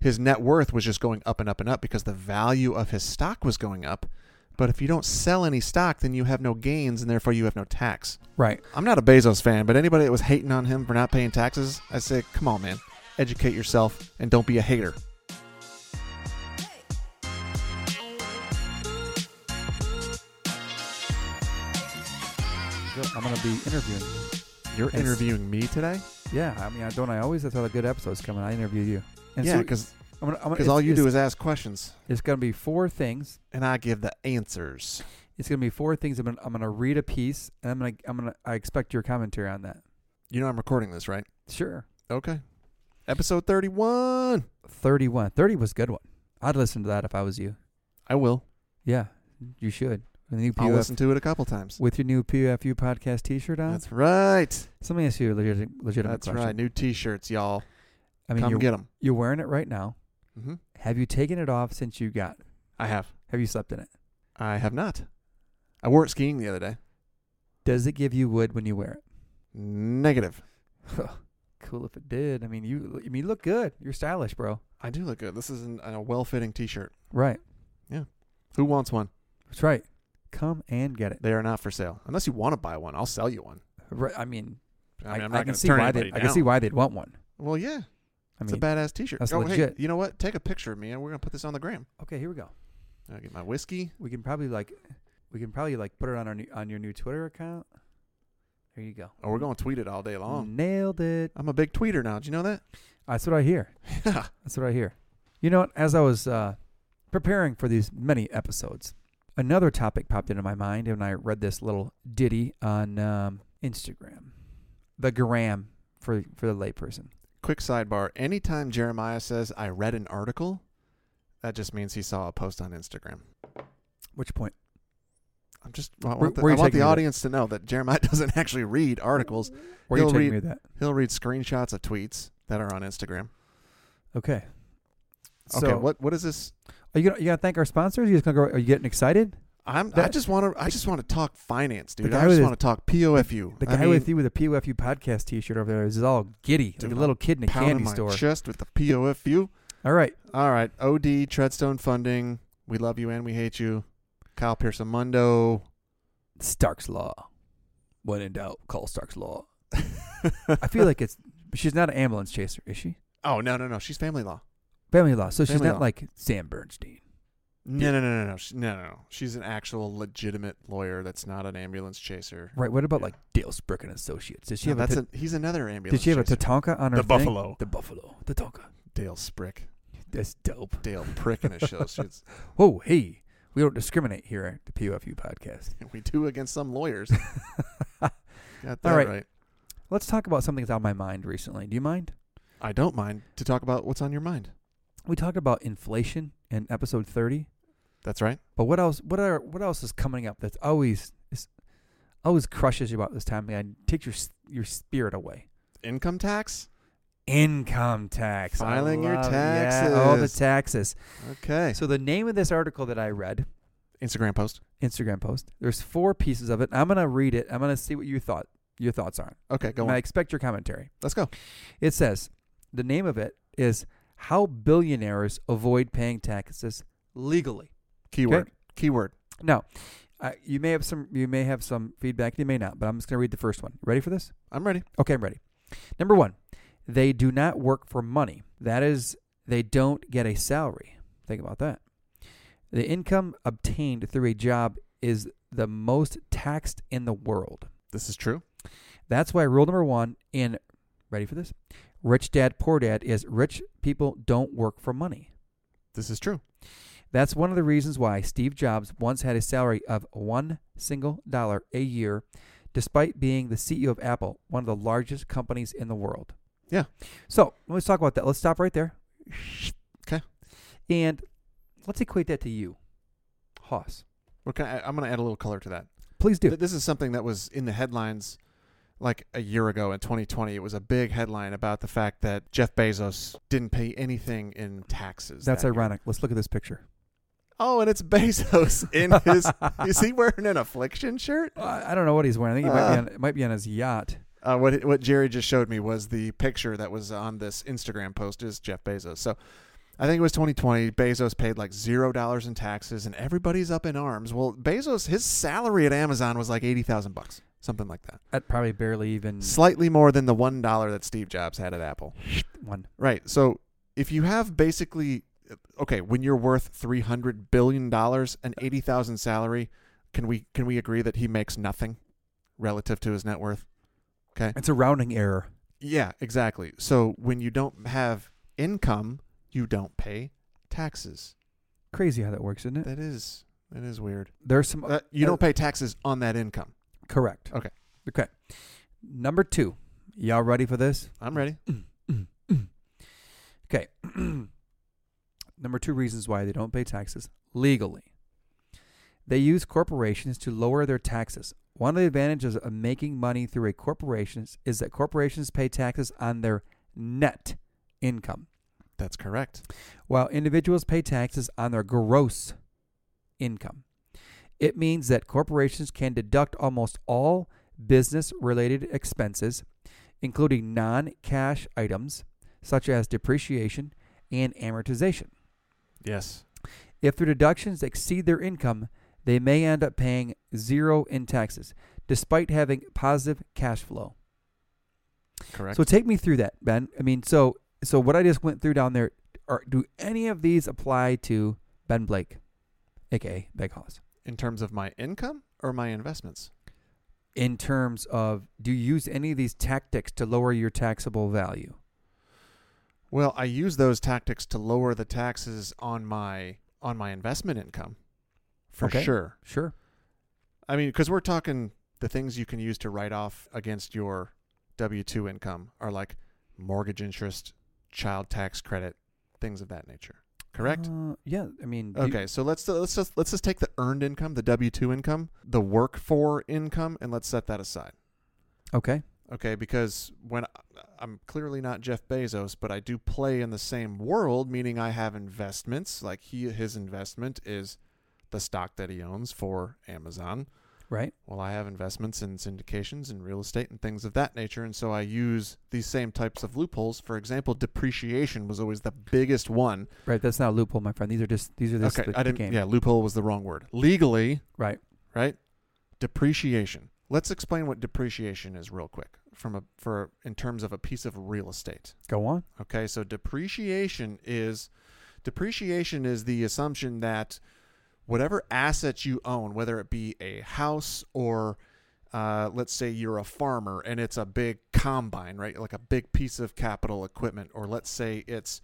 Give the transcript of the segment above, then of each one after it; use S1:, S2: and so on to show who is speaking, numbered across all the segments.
S1: his net worth was just going up and up and up because the value of his stock was going up. But if you don't sell any stock, then you have no gains and therefore you have no tax.
S2: Right.
S1: I'm not a Bezos fan, but anybody that was hating on him for not paying taxes, I say, come on, man, educate yourself and don't be a hater.
S2: I'm going to be interviewing you.
S1: You're
S2: Yes.
S1: interviewing me today?
S2: Yeah, I mean, I don't I always? That's how the good episode's coming. I interview you. And
S1: Yeah,
S2: so-
S1: because
S2: I'm gonna, I'm gonna,
S1: all you
S2: it's,
S1: do is ask questions
S2: It's going to be four things.
S1: and I give the answers.
S2: It's going to be four things. I'm going to I'm gonna read a piece, and I'm going to I'm going to I expect your commentary on that.
S1: You know I'm recording this, right?
S2: Sure.
S1: Okay. Episode 31.
S2: 31. 30 was a good one. I'd listen to that if I was you.
S1: I will.
S2: Yeah, you should. With, the new
S1: I'll
S2: PUF,
S1: listen to it a couple times.
S2: with your new PUFU podcast T-shirt on.
S1: That's right.
S2: Let me ask you a legit, legitimate
S1: That's
S2: question.
S1: right. New T-shirts, y'all.
S2: I mean,
S1: Come
S2: you're,
S1: get them.
S2: you're wearing it right now.
S1: hmm
S2: Have you taken it off since you got?
S1: I have.
S2: Have you slept in it?
S1: I have not. I wore it skiing the other day.
S2: Does it give you wood when you wear
S1: Negative.
S2: it? cool if it did. I mean, you. I mean, you look good. You're stylish, bro.
S1: I do look good. This is an, a well-fitting T-shirt.
S2: Right.
S1: Who wants one?
S2: That's right. Come and get it.
S1: They are not for sale. Unless you want to buy one, I'll sell you one.
S2: Right, I mean,
S1: I mean,
S2: I,
S1: I'm
S2: I
S1: not
S2: can
S1: going
S2: see
S1: to turn
S2: why they.
S1: anybody
S2: I
S1: down.
S2: can see why they'd want one.
S1: Well, yeah,
S2: I
S1: it's
S2: mean,
S1: a badass T-shirt.
S2: that's
S1: oh,
S2: legit.
S1: hey, you know what? Take a picture of me, and we're going to put this on the gram.
S2: okay, here we go.
S1: I get my whiskey.
S2: We can probably like, we can probably like put it on our new, on your new Twitter account. There you go.
S1: Oh, we're going to tweet it all day
S2: Mm.
S1: long.
S2: Nailed it.
S1: I'm a big tweeter now. Do you know that?
S2: That's what I hear.
S1: Yeah.
S2: That's what I hear. You know what? As I was uh, preparing for these many episodes, another topic popped into my mind, and I read this little ditty on um, Instagram, the gram for for the layperson.
S1: Quick sidebar. Anytime Jeremiah says I read an article, that just means he saw a post on Instagram.
S2: Which point?
S1: I'm just I
S2: Where-
S1: want the,
S2: where
S1: I
S2: you
S1: want
S2: taking
S1: the
S2: me with-
S1: audience to know that Jeremiah doesn't actually read articles.
S2: Where are you
S1: He'll
S2: taking
S1: read-
S2: me with that?
S1: He'll read screenshots of tweets that are on Instagram.
S2: Okay.
S1: Okay,
S2: So-
S1: what what is this?
S2: Are you gonna you gonna thank our sponsors? You just gonna go? Are you getting excited?
S1: I'm I
S2: That-
S1: just want to I just want to talk finance, dude.
S2: guy
S1: I just
S2: with
S1: want to talk POFU.
S2: The
S1: I
S2: guy
S1: mean,
S2: with you with a PUFU podcast T-shirt over there is all giddy,
S1: Dude,
S2: like a little kid in a
S1: pounding
S2: candy
S1: my
S2: store.
S1: chest with the POFU.
S2: all right,
S1: All right, OD Treadstone Funding. We love you and we hate you. Kyle Pearson Mundo.
S2: Stark's Law. When in doubt, call Stark's Law. I feel like it's she's not an ambulance chaser, is she?
S1: Oh no no no, she's family law.
S2: Family law, so she's
S1: Family
S2: not
S1: law.
S2: like Sam Bernstein.
S1: No, no, no, no, no, She- no, no, no. She's an actual legitimate lawyer. That's not an ambulance chaser.
S2: Right? What about
S1: Yeah.
S2: like Dale Sprick and Associates? Did she
S1: No,
S2: have
S1: that's
S2: a,
S1: a, he's another
S2: ta-
S1: ambulance.
S2: Did she have a
S1: chaser.
S2: Tatanka on her?
S1: the
S2: thing?
S1: Buffalo?
S2: The Buffalo. The Tatanka.
S1: Dale Sprick,
S2: That's dope.
S1: Dale Prick in a show. She's,
S2: Whoa, hey, we don't discriminate here at the PUFU podcast.
S1: we do against some lawyers. Got that
S2: All
S1: right.
S2: right. Let's talk about something that's on my mind recently. Do you mind?
S1: I don't mind to talk about what's on your mind.
S2: We talked about inflation in episode 30,
S1: That's right.
S2: but what else what are what else is coming up that's always is, always crushes you about this time and takes your s- your spirit away?
S1: Income tax.
S2: Income tax. I
S1: Filing your
S2: love- Yeah, all the
S1: taxes.
S2: taxes.
S1: Okay.
S2: So the name of this article that I read,
S1: Instagram post.
S2: Instagram post. There's four pieces of it. I'm going to read it. I'm going to see what you thought your thoughts are.
S1: Okay, go
S2: and I
S1: on.
S2: expect your commentary.
S1: Let's go.
S2: It says the name of it is How Billionaires Avoid Paying Taxes Legally.
S1: Keyword. Keyword.
S2: Now, I you may have some you may have some feedback, you may not, but I'm just going to read the first one. Ready for this?
S1: I'm ready.
S2: Okay, I'm ready. Number 1. They do not work for money. That is they don't get a salary. Think about that. The income obtained through a job is the most taxed in the world.
S1: This is true.
S2: That's why rule number one in ready for this? Rich dad, poor dad is rich people don't work for money.
S1: This is true.
S2: That's one of the reasons why Steve Jobs once had a salary of one single dollar a year, despite being the CEO of Apple, one of the largest companies in the world.
S1: Yeah.
S2: So let's talk about that. Let's stop right there.
S1: 'Kay.
S2: And let's equate that to you, Haas.
S1: What can I, I'm going to add a little color to that.
S2: Please do.
S1: Th- this is something that was in the headlines like a year ago in 2020. It was a big headline about the fact that Jeff Bezos didn't pay anything in taxes.
S2: That's
S1: that year.
S2: ironic. Let's look at this picture.
S1: Oh, and it's Bezos in his. is he wearing an affliction shirt?
S2: I I don't know what he's wearing. I think he might, be
S1: Uh.
S2: on, it might be on his yacht.
S1: Uh, what what Jerry just showed me was the picture that was on this Instagram post is Jeff Bezos. So I think it was 2020. Bezos paid like zero dollars in taxes, and everybody's up in arms. Well, Bezos, his salary at Amazon was like eighty thousand bucks, something like that,
S2: That probably barely
S1: Hmm.
S2: even
S1: slightly more than the one dollar that Steve Jobs had at Apple.
S2: one.
S1: Right. So if you have basically, okay, when you're worth three hundred billion dollars, an eighty thousand salary, can we can we agree that he makes nothing relative to his net worth?
S2: It's a rounding error.
S1: Yeah, exactly. So when you don't have income, you don't pay taxes.
S2: Crazy how that works, isn't it?
S1: That is that is weird.
S2: There's some
S1: That- you don't pay taxes on that income.
S2: correct.
S1: Okay.
S2: Okay. Number two. Y'all ready for this?
S1: I'm ready.
S2: Okay. Number two reasons why they don't pay taxes legally. They use corporations to lower their taxes. One of the advantages of making money through a corporation is that corporations pay taxes on their net income,
S1: That's correct.
S2: while individuals pay taxes on their gross income. It means that corporations can deduct almost all business related expenses, including non cash items such as depreciation and amortization.
S1: Yes.
S2: If their deductions exceed their income, they may end up paying zero in taxes, despite having positive cash flow.
S1: Correct.
S2: So take me through that, Ben. I mean, so so what I just went through down there, are, do any of these apply to Ben Blake, aka Big Hoss,
S1: in terms of my income or my investments?
S2: in terms of do you use any of these tactics to lower your taxable value?
S1: Well, I use those tactics to lower the taxes on my on my investment income. For
S2: Okay.
S1: sure.
S2: Sure.
S1: I mean, cuz we're talking the things you can use to write off against your W2 income are like mortgage interest, child tax credit, things of that nature. Correct?
S2: Uh, yeah. I mean, do you-
S1: Okay, so let's let's just let's just take the earned income, the W two income, the work for income, and let's set that aside.
S2: okay.
S1: Okay, because when I'm clearly not Jeff Bezos, but I do play in the same world, meaning I have investments. Like he, his investment is the stock that he owns for Amazon.
S2: Right.
S1: Well, I have investments in syndications and real estate and things of that nature, and so I use these same types of loopholes. For example, depreciation was always the biggest one.
S2: Right. That's not a loophole, my friend. These are just these are just
S1: okay,
S2: the,
S1: I
S2: the
S1: didn't.
S2: game.
S1: Yeah, loophole was the wrong word. Legally,
S2: Right.
S1: right? Depreciation. Let's explain what depreciation is real quick from a for in terms of a piece of real estate.
S2: Go on.
S1: Okay, so depreciation is depreciation is the assumption that whatever assets you own, whether it be a house or uh, let's say you're a farmer and it's a big combine, right? Like a big piece of capital equipment, or let's say it's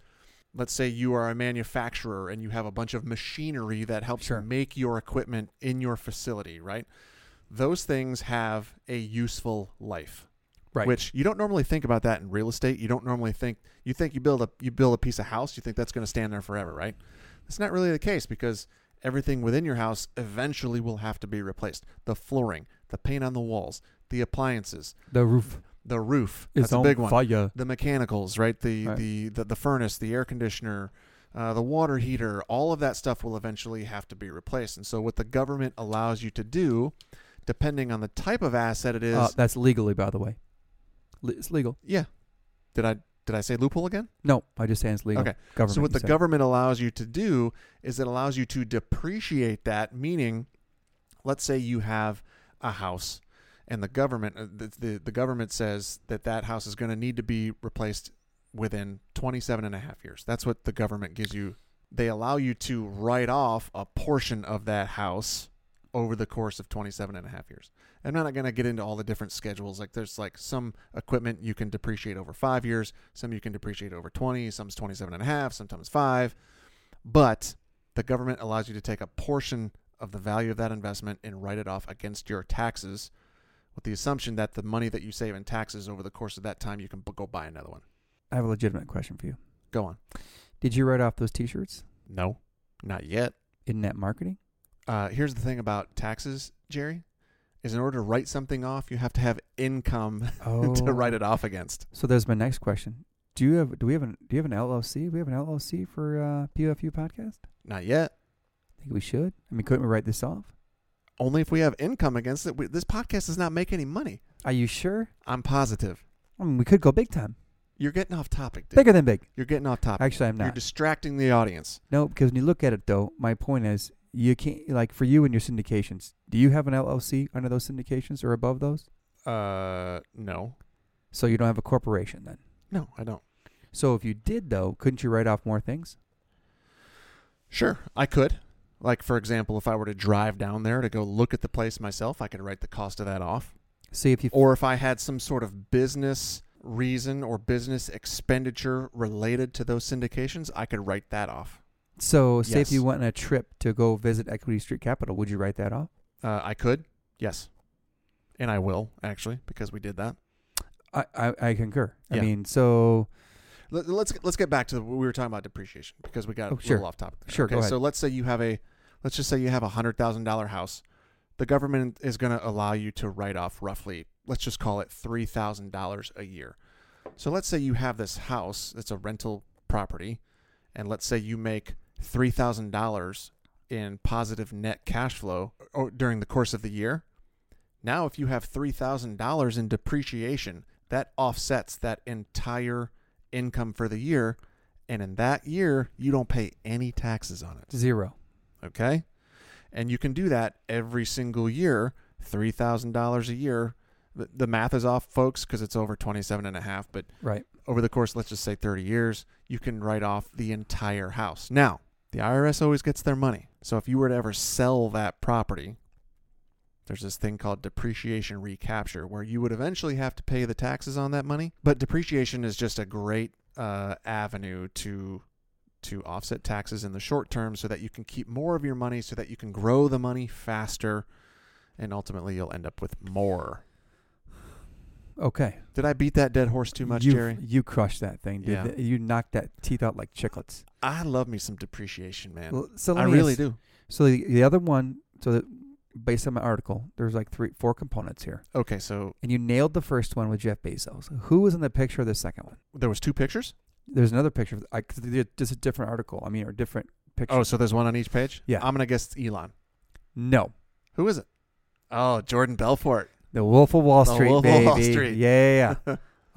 S1: let's say you are a manufacturer and you have a bunch of machinery that helps
S2: Sure.
S1: make your equipment in your facility, right? Those things have a useful life
S2: Right.
S1: which you don't normally think about that in real estate. You don't normally think you think you build a you build a piece of house, you think that's going to stand there forever, right? That's not really the case because everything within your house eventually will have to be replaced. The flooring, the paint on the walls, the appliances,
S2: the roof
S1: the roof.
S2: is
S1: that's a
S2: on
S1: big one.
S2: fire.
S1: The mechanicals, right? The,
S2: Right.
S1: The, the the furnace, the air conditioner, uh, the water heater, all of that stuff will eventually have to be replaced. And so what the government allows you to do, depending on the type of asset it is,
S2: Uh, that's legally, by the way. Le- it's legal.
S1: Yeah. Did I did I say loophole again?
S2: No, I just say it's legal.
S1: Okay.
S2: Government.
S1: so what
S2: you
S1: the
S2: said.
S1: government allows you to do is it allows you to depreciate that, meaning let's say you have a house and the government uh, the, the, the government says that that house is going to need to be replaced within 27 and a half years. That's what the government gives you. They allow you to write off a portion of that house over the course of 27 and a half years. I'm not going to get into all the different schedules. Like there's like some equipment you can depreciate over five years, some you can depreciate over 20, some's 27 and a half, sometimes five. But the government allows you to take a portion of the value of that investment and write it off against your taxes with the assumption that the money that you save in taxes over the course of that time, you can b- go buy another one.
S2: I have a legitimate question for you.
S1: Go on.
S2: Did you write off those T-shirts
S1: No, not yet.
S2: in net marketing?
S1: Uh, here's the thing about taxes, Jerry, is in order to write something off, you have to have income
S2: Oh.
S1: to write it off against.
S2: So there's my next question. Do you have? Do we have an? Do you have an LLC? We have an LLC for uh, PFU podcast.
S1: Not yet.
S2: I think we should. I mean, couldn't we write this off?
S1: Only if we have income against it. We, this podcast does not make any money.
S2: Are you sure?
S1: I'm positive.
S2: I mean, we could go big time.
S1: You're getting off topic, dude.
S2: Bigger than big.
S1: You're getting off topic.
S2: Actually, I'm
S1: You're
S2: not.
S1: distracting the audience.
S2: No, because when you look at it, though, my point is you can't like for you and your syndications. Do you have an LLC under those syndications or above those?
S1: Uh, no,
S2: So you don't have a corporation then.
S1: no, I don't.
S2: So if you did though, couldn't you write off more things?
S1: Sure, I could. Like for example, if I were to drive down there to go look at the place myself, I could write the cost of that off.
S2: See if you
S1: Or if I had some sort of business reason or business expenditure related to those syndications, I could write that off.
S2: so say
S1: Yes.
S2: if you went on a trip to go visit Equity Street Capital, would you write that off?
S1: Uh, I could, yes, and I will actually because we did that.
S2: I I, I concur.
S1: Yeah.
S2: I mean, so
S1: Let, let's let's get back to the, we were talking about depreciation because we got
S2: Oh,
S1: a
S2: sure.
S1: little off topic. there.
S2: Sure,
S1: Okay.
S2: go ahead.
S1: So let's say you have a let's just say you have a hundred thousand dollar house. The government is going to allow you to write off roughly let's just call it three thousand dollars a year. So let's say you have this house that's a rental property, and let's say you make three thousand dollars in positive net cash flow or during the course of the year. Now, if you have three thousand dollars in depreciation, that offsets that entire income for the year, and in that year you don't pay any taxes on it.
S2: zero.
S1: Okay, and you can do that every single year, three thousand dollars a year. The, the math is off, folks, because it's over twenty-seven and a half. But
S2: Right.
S1: over the course, let's just say thirty years, you can write off the entire house. Now, the IRS always gets their money, so if you were to ever sell that property. There's this thing called depreciation recapture where you would eventually have to pay the taxes on that money. But depreciation is just a great uh, avenue to to offset taxes in the short term so that you can keep more of your money so that you can grow the money faster and ultimately you'll end up with more.
S2: Okay.
S1: Did I beat that dead horse too much,
S2: you,
S1: Jerry?
S2: You crushed that thing, dude.
S1: Yeah.
S2: Th- You knocked that teeth out like chicklets.
S1: I love me some depreciation, man.
S2: Well, so
S1: I
S2: let me
S1: really
S2: ask-
S1: do.
S2: So the, the other one, so that based on my article, there's like three, four components here,
S1: Okay, so
S2: and you nailed the first one with Jeff Bezos. Who was in the picture of the second one?
S1: there was two pictures?
S2: There's another picture. Of, I, 'cause they're just a different article. I mean, or different picture.
S1: Oh, so there's one on each page?
S2: Yeah.
S1: I'm going to guess it's Elon.
S2: no,
S1: Who is it? Oh, Jordan Belfort.
S2: the Wolf of Wall
S1: The
S2: Street,
S1: Wolf of
S2: baby.
S1: Wall Street.
S2: Yeah.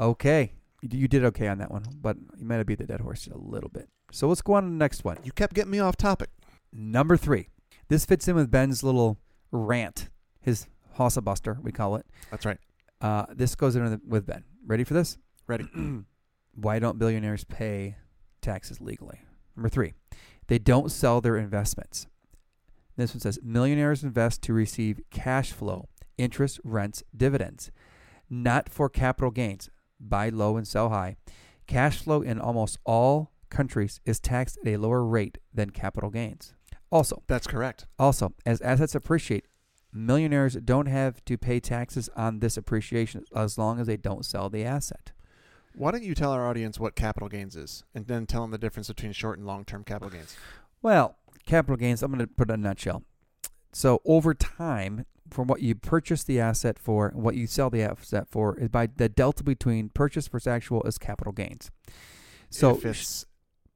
S2: okay. You d- You did okay on that one, but you might have beat the dead horse just a little bit. So let's go on to the next one.
S1: You kept getting me off topic.
S2: Number three. This fits in with Ben's little rant, his hossa buster, we call it.
S1: That's right.
S2: Uh, this goes in with- with Ben. Ready for this?
S1: Ready.
S2: Why don't billionaires pay taxes legally? Number three, they don't sell their investments. This one says millionaires invest to receive cash flow, interest, rents, dividends, not for capital gains. Buy low and sell high. Cash flow in almost all countries is taxed at a lower rate than capital gains. Also,
S1: That's correct.
S2: also, as assets appreciate, millionaires don't have to pay taxes on this appreciation as long as they don't sell the asset.
S1: Why don't you tell our audience what capital gains is and then tell them the difference between short and long term capital gains?
S2: Well, capital gains, I'm going to put it in a nutshell. So, over time, from what you purchase the asset for and what you sell the asset for, is by the delta between purchase versus actual is capital gains. So,
S1: if it's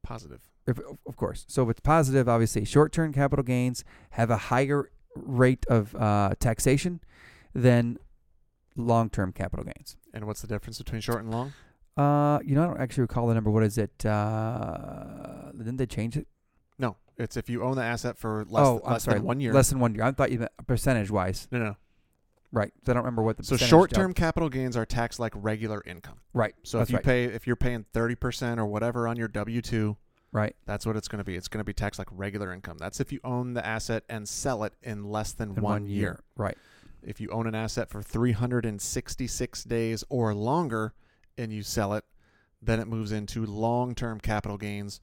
S1: positive.
S2: if, of course. So if it's positive, obviously, short-term capital gains have a higher rate of uh, taxation than long-term capital gains.
S1: And what's the difference between short and long?
S2: Uh, you know, I don't actually recall the number. What is it? Uh, didn't they change it?
S1: No, it's if you own the asset for less,
S2: oh, I'm
S1: less
S2: sorry,
S1: than one year.
S2: Less than one year. I thought you meant percentage-wise,
S1: no, no.
S2: right? So I don't remember what the
S1: So
S2: percentage
S1: short-term
S2: dealt-
S1: capital gains are taxed like regular income.
S2: right?
S1: So
S2: That's
S1: if you
S2: right.
S1: pay, if you're paying thirty percent or whatever on your W two,
S2: right,
S1: that's what it's going to be. It's going to be taxed like regular income. That's if you own the asset and sell it in less than
S2: in
S1: one year.
S2: right?
S1: If you own an asset for three hundred and sixty-six days or longer, and you sell it, then it moves into long-term capital gains,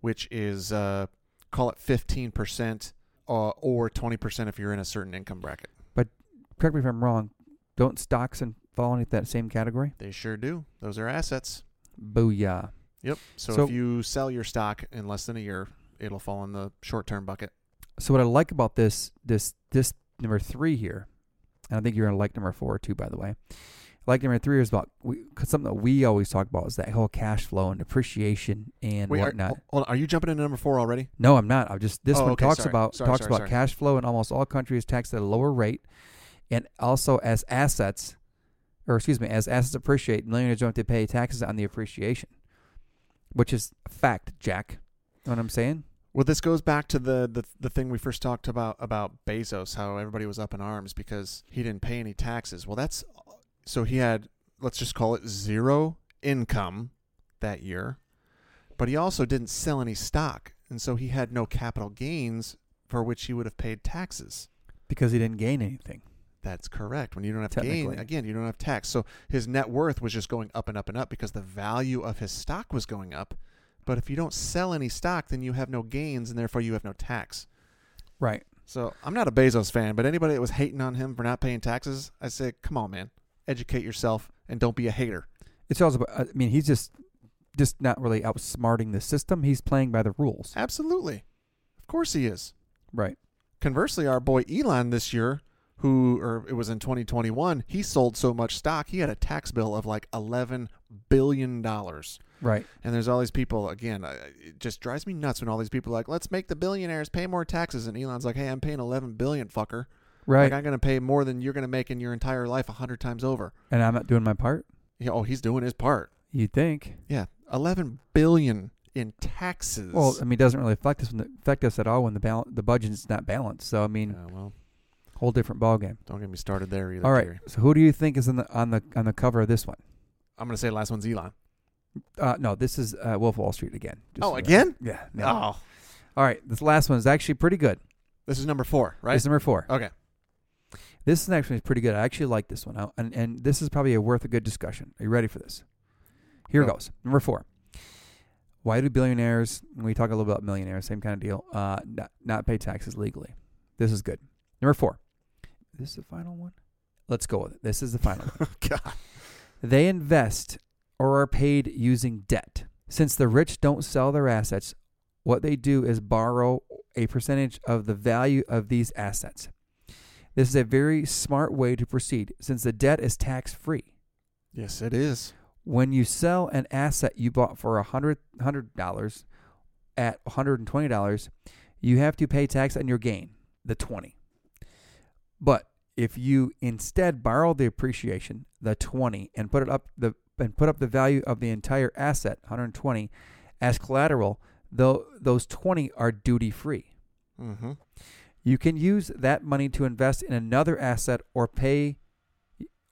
S1: which is uh, call it fifteen percent uh, or twenty percent if you're in a certain income bracket.
S2: Correct me if I'm wrong. Don't stocks and fall into that same category?
S1: They sure do. Those are assets.
S2: Booyah!
S1: Yep. So,
S2: So-
S1: if you sell your stock in less than a year, it'll fall in the short term bucket.
S2: So what I like about this this this number three here, and I think you're gonna like number four too, by the way. Like number three is about we, 'cause something that we always talk about is that whole cash flow and depreciation and
S1: Wait, are,
S2: whatnot.
S1: hol- hold on, are you jumping into number four already?
S2: no, I'm not. I'm just this
S1: Oh,
S2: one
S1: okay,
S2: talks
S1: sorry.
S2: about
S1: Sorry,
S2: talks
S1: sorry,
S2: about
S1: sorry.
S2: cash flow in almost all countries taxed at a lower rate, and also as assets or excuse me, as assets appreciate, millionaires don't have to pay taxes on the appreciation, which is a fact, Jack. You know what I'm saying?
S1: Well, this goes back to the, the the thing we first talked about about Bezos, how everybody was up in arms because he didn't pay any taxes. Well, that's so he had let's just call it zero income that year, but he also didn't sell any stock, and so he had no capital gains for which he would have paid taxes.
S2: Because he didn't gain anything.
S1: That's correct. When you don't have gain,
S2: Technically.
S1: again, you don't have tax. So his net worth was just going up and up and up because the value of his stock was going up. But if you don't sell any stock, then you have no gains and therefore you have no tax.
S2: Right.
S1: So I'm not a Bezos fan, but anybody that was hating on him for not paying taxes, I say, come on, man, educate yourself and don't be a hater.
S2: It's also. about- I mean, he's just just not really outsmarting the system. He's playing by the rules.
S1: Absolutely. Of course he is.
S2: Right.
S1: Conversely, our boy Elon this year, who, or it was in 2021, he sold so much stock, he had a tax bill of like $11 billion.
S2: Right.
S1: And there's all these people again. I- It just drives me nuts when all these people are like, "Let's make the billionaires pay more taxes," and Elon's like, "Hey, I'm paying 11 billion, fucker.
S2: Right.
S1: Like, I'm gonna pay more than you're gonna make in your entire life, a hundred times over."
S2: and I'm not doing my part.
S1: Yeah, oh, he's doing his part.
S2: You'd think.
S1: Yeah, 11 billion in taxes.
S2: Well, I mean, it doesn't really affect us affect us at all when the bal- the budget's not balanced. So I mean,
S1: Yeah, well,
S2: whole different ballgame.
S1: don't get me started there either.
S2: All right.
S1: Gary.
S2: So who do you think is in the on the on the cover of this one?
S1: I'm gonna say last one's Elon.
S2: Uh, no, this is uh, Wolf of Wall Street again. Just
S1: oh,
S2: so you know.
S1: again?
S2: Yeah. No.
S1: Oh,
S2: All right. This last one is actually pretty good.
S1: this is number four, right?
S2: It's number four.
S1: okay.
S2: This next one is pretty good. I actually like this one. I, and, and this is probably a worth a good discussion. Are you ready for this? Here
S1: Go.
S2: goes. Number four. Why do billionaires, and we talk a little about millionaires, same kind of deal, uh, not, not pay taxes legally? This is good. Number four. This is the final one? Let's go with it. This is the final one.
S1: Oh, God.
S2: They invest or are paid using debt. Since the rich don't sell their assets, what they do is borrow a percentage of the value of these assets. This is a very smart way to proceed since the debt is tax free.
S1: Yes, it is.
S2: When you sell an asset you bought for $100, $100 at $120, you have to pay tax on your gain, the 20. But if you instead borrow the appreciation, the 20 and put it up the and put up the value of the entire asset, 120 as collateral, though those 20 are duty free.
S1: Mm-hmm.
S2: You can use that money to invest in another asset or pay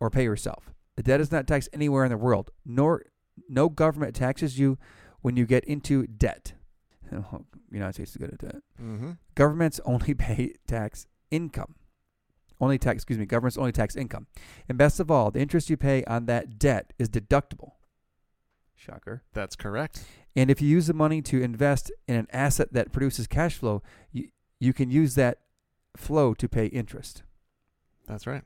S2: or pay yourself. The debt is not taxed anywhere in the world, nor no government taxes you when you get into debt. The United States is good at debt.
S1: Mm-hmm.
S2: Governments only pay tax income. Only tax, excuse me, governments only tax income. And best of all, the interest you pay on that debt is deductible. Shocker.
S1: That's correct.
S2: And if you use the money to invest in an asset that produces cash flow, you, you can use that flow to pay interest.
S1: That's right.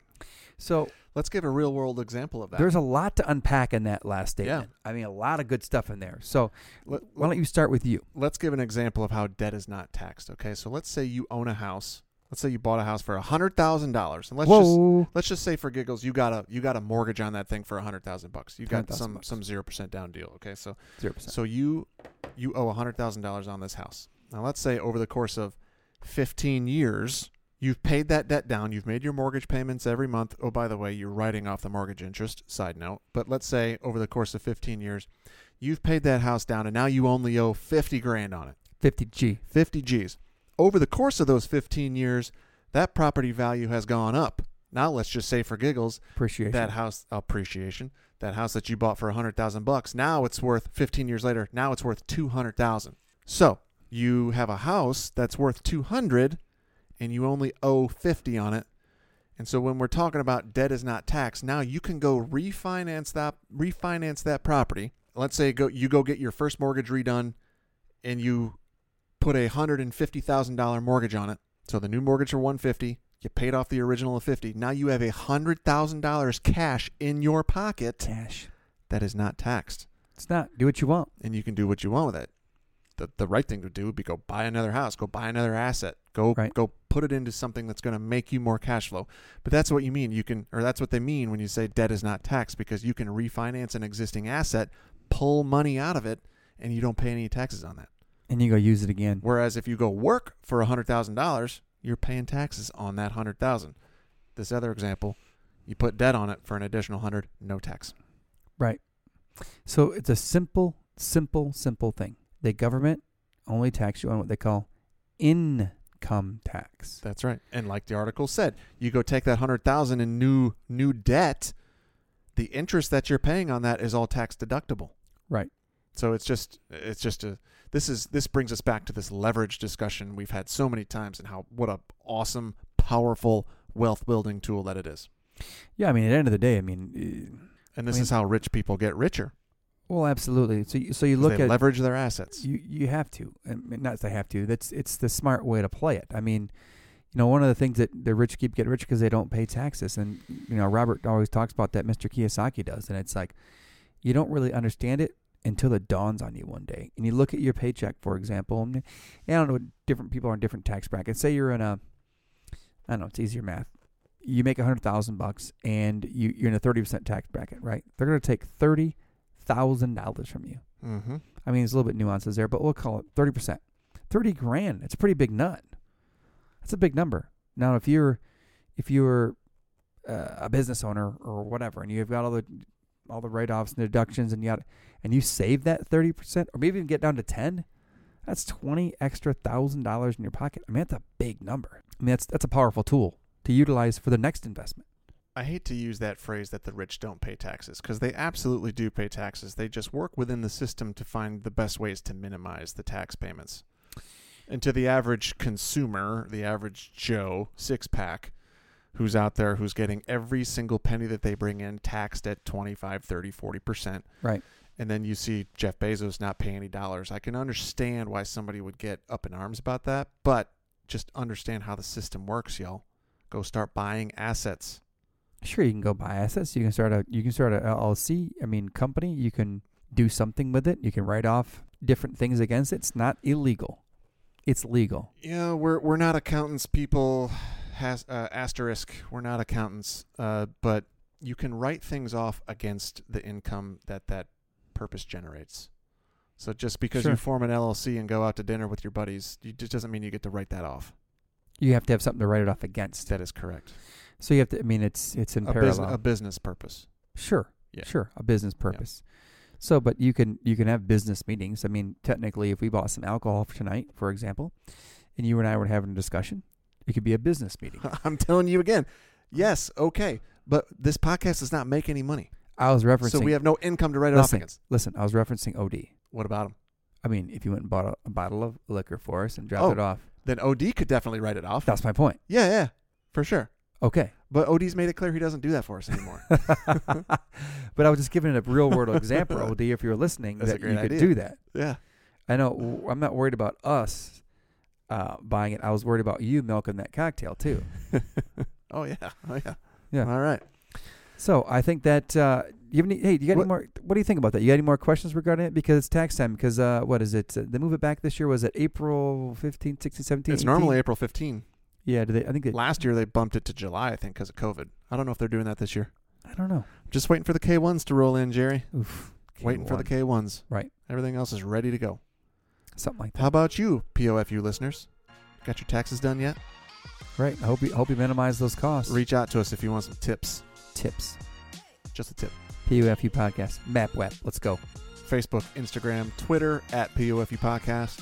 S2: So
S1: Let's give a real world example of that.
S2: there's a lot to unpack in that last
S1: Yeah.
S2: statement. I mean, a lot of good stuff in there. So
S1: Let-
S2: why don't you start with you?
S1: let's give an example of how debt is not taxed. Okay, so let's say you own a house. Let's say you bought a house for hundred thousand dollars, and let's just
S2: Whoa.
S1: let's just say for giggles, you got a you got a mortgage on that thing for hundred thousand bucks. You got
S2: 100,000
S1: some
S2: bucks.
S1: some zero percent down deal. Okay, so
S2: 0%.
S1: so you you owe hundred thousand dollars on this house. Now let's say over the course of fifteen years, you've paid that debt down. You've made your mortgage payments every month. Oh, by the way, you're writing off the mortgage interest. Side note, but let's say over the course of fifteen years, you've paid that house down, and now you only owe fifty grand on it.
S2: 50G.
S1: 50 G's. Over the course of those 15 years, that property value has gone up. Now let's just say for giggles,
S2: Appreciation.
S1: that house appreciation, that house that you bought for 100,000 bucks, now it's worth 15 years later, now it's worth 200,000. So, you have a house that's worth 200 and you only owe 50 on it. And so when we're talking about debt is not taxed, now you can go refinance that refinance that property. Let's say go you go get your first mortgage redone and you put a hundred and fifty thousand dollar mortgage on it. So the new mortgage for one fifty, you paid off the original of fifty. Now you have a hundred thousand dollars cash in your pocket
S2: Cash.
S1: that is not taxed,
S2: It's not. Do what you want.
S1: and you can do what you want with it. The, the right thing to do would be go buy another house, go buy another asset, go
S2: Right.
S1: go put it into something that's going to make you more cash flow. But that's what you mean. You can, or that's what they mean when you say debt is not taxed, because you can refinance an existing asset, pull money out of it, and you don't pay any taxes on that.
S2: And you go use it again.
S1: Whereas if you go work for hundred thousand dollars, you're paying taxes on that hundred thousand. This other example, You put debt on it for an additional 100, no tax.
S2: So it's a simple, simple, simple thing. The government only tax you on what they call income tax.
S1: That's right. And like the article said, you go take that 100,000 in new new debt, the interest that you're paying on that is all tax deductible.
S2: Right.
S1: So it's just it's just a this is this brings us back to this leverage discussion we've had so many times and how what a awesome powerful wealth building tool that it is.
S2: Yeah, I mean, at the end of the day, I mean, eh,
S1: And this
S2: I mean-
S1: is how rich people get richer.
S2: well, absolutely. So, you, so you
S1: 'cause
S2: look
S1: they
S2: at
S1: leverage their assets.
S2: you you have to I mean, not they have to that's it's the smart way to play it i mean you know one of the things that the rich keep getting rich because they don't pay taxes and you know robert always talks about that mr kiyosaki does and it's like you don't really understand it until it dawns on you one day and you look at your paycheck for example and and i don't know different people are in different tax brackets say you're in a i don't know it's easier math you make a hundred thousand bucks and you, you're in a 30% tax bracket right they're going to take $30000 from you
S1: Mm-hmm.
S2: I mean, there's a little bit nuances there, but we'll call it 30%. 30 grand. It's a pretty big nut. That's a big number. Now, if you're if you're uh, a business owner or whatever, and you've got all the all the write-offs and deductions, and you got, and you save that 30%, or maybe even get down to 10, that's 20 extra thousand dollars in your pocket. I mean, that's a big number. I mean, that's that's a powerful tool to utilize for the next investment.
S1: I hate to use that phrase that the rich don't pay taxes because they absolutely do pay taxes. They just work within the system to find the best ways to minimize the tax payments. And to the average consumer, the average Joe six pack who's out there who's getting every single penny that they bring in taxed at 25, 30, 40%.
S2: Right.
S1: And then you see Jeff Bezos not paying any dollars. I can understand why somebody would get up in arms about that, but just understand how the system works, y'all. Go start buying assets.
S2: Sure, you can go buy assets. You can start a you can start a LLC. I mean, company. You can do something with it. You can write off different things against it. It's not illegal. It's legal.
S1: Yeah, we're we're not accountants, people. Has uh, asterisk. We're not accountants, uh, but you can write things off against the income that that purpose generates. So just because
S2: Sure.
S1: you form an LLC and go out to dinner with your buddies, you, it doesn't mean you get to write that off.
S2: You have to have something to write it off against.
S1: That is correct.
S2: So you have to. I mean, it's it's in
S1: A, busi-
S2: parallel.
S1: a business purpose.
S2: Sure.
S1: Yeah.
S2: Sure. A business purpose. So, but you can you can have business meetings. I mean, technically, if we bought some alcohol for tonight, for example, and you and I were having a discussion, it could be a business meeting.
S1: I'm telling you again. Yes, okay, but this podcast does not make any money,
S2: I was referencing.
S1: so we have no income to write it off
S2: listen,
S1: against.
S2: listen. I was referencing OD.
S1: What about them?
S2: I mean, if you went and bought a, a bottle of liquor for us and dropped
S1: Oh.
S2: it off,
S1: Then OD could definitely write it off.
S2: that's my point.
S1: Yeah, yeah, for sure.
S2: Okay.
S1: But OD's made it clear he doesn't do that for us anymore.
S2: but I was just giving it a real world example, OD, if you're listening,
S1: That's a
S2: that you
S1: great
S2: could
S1: idea.
S2: do that.
S1: yeah.
S2: I know. w- I'm not worried about us uh, buying it. I was worried about you milking that cocktail, too.
S1: Oh yeah. Oh yeah.
S2: Yeah.
S1: All right.
S2: So I think that. Uh, you have any, hey, you got
S1: What-
S2: any more? What do you think about that? You got any more questions regarding it? Because it's tax time. Because uh, what is it? Uh, They move it back this year. Was it April 15th, 16th, 17th?
S1: It's normally April 15.
S2: Yeah. Do they, I think they.
S1: Last year they bumped it to July, I think, because of COVID. I don't know if they're doing that this year.
S2: I don't know.
S1: Just waiting for the K1s to roll in, Jerry.
S2: Oof.
S1: Waiting for the
S2: K1,
S1: K1s.
S2: Right.
S1: Everything else is ready to go.
S2: something like that.
S1: How about you, POFU listeners? Got your taxes done yet?
S2: Right. I hope you hope you minimize those costs.
S1: Reach out to us if you want some tips.
S2: tips.
S1: Just a tip.
S2: PUFU podcast. Map web. Let's go.
S1: Facebook, Instagram, Twitter at POFU Podcast.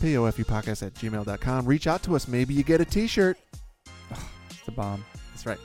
S1: POFU Podcast at gmail.com. Reach out to us. Maybe you get a t shirt.
S2: It's a bomb.
S1: That's right.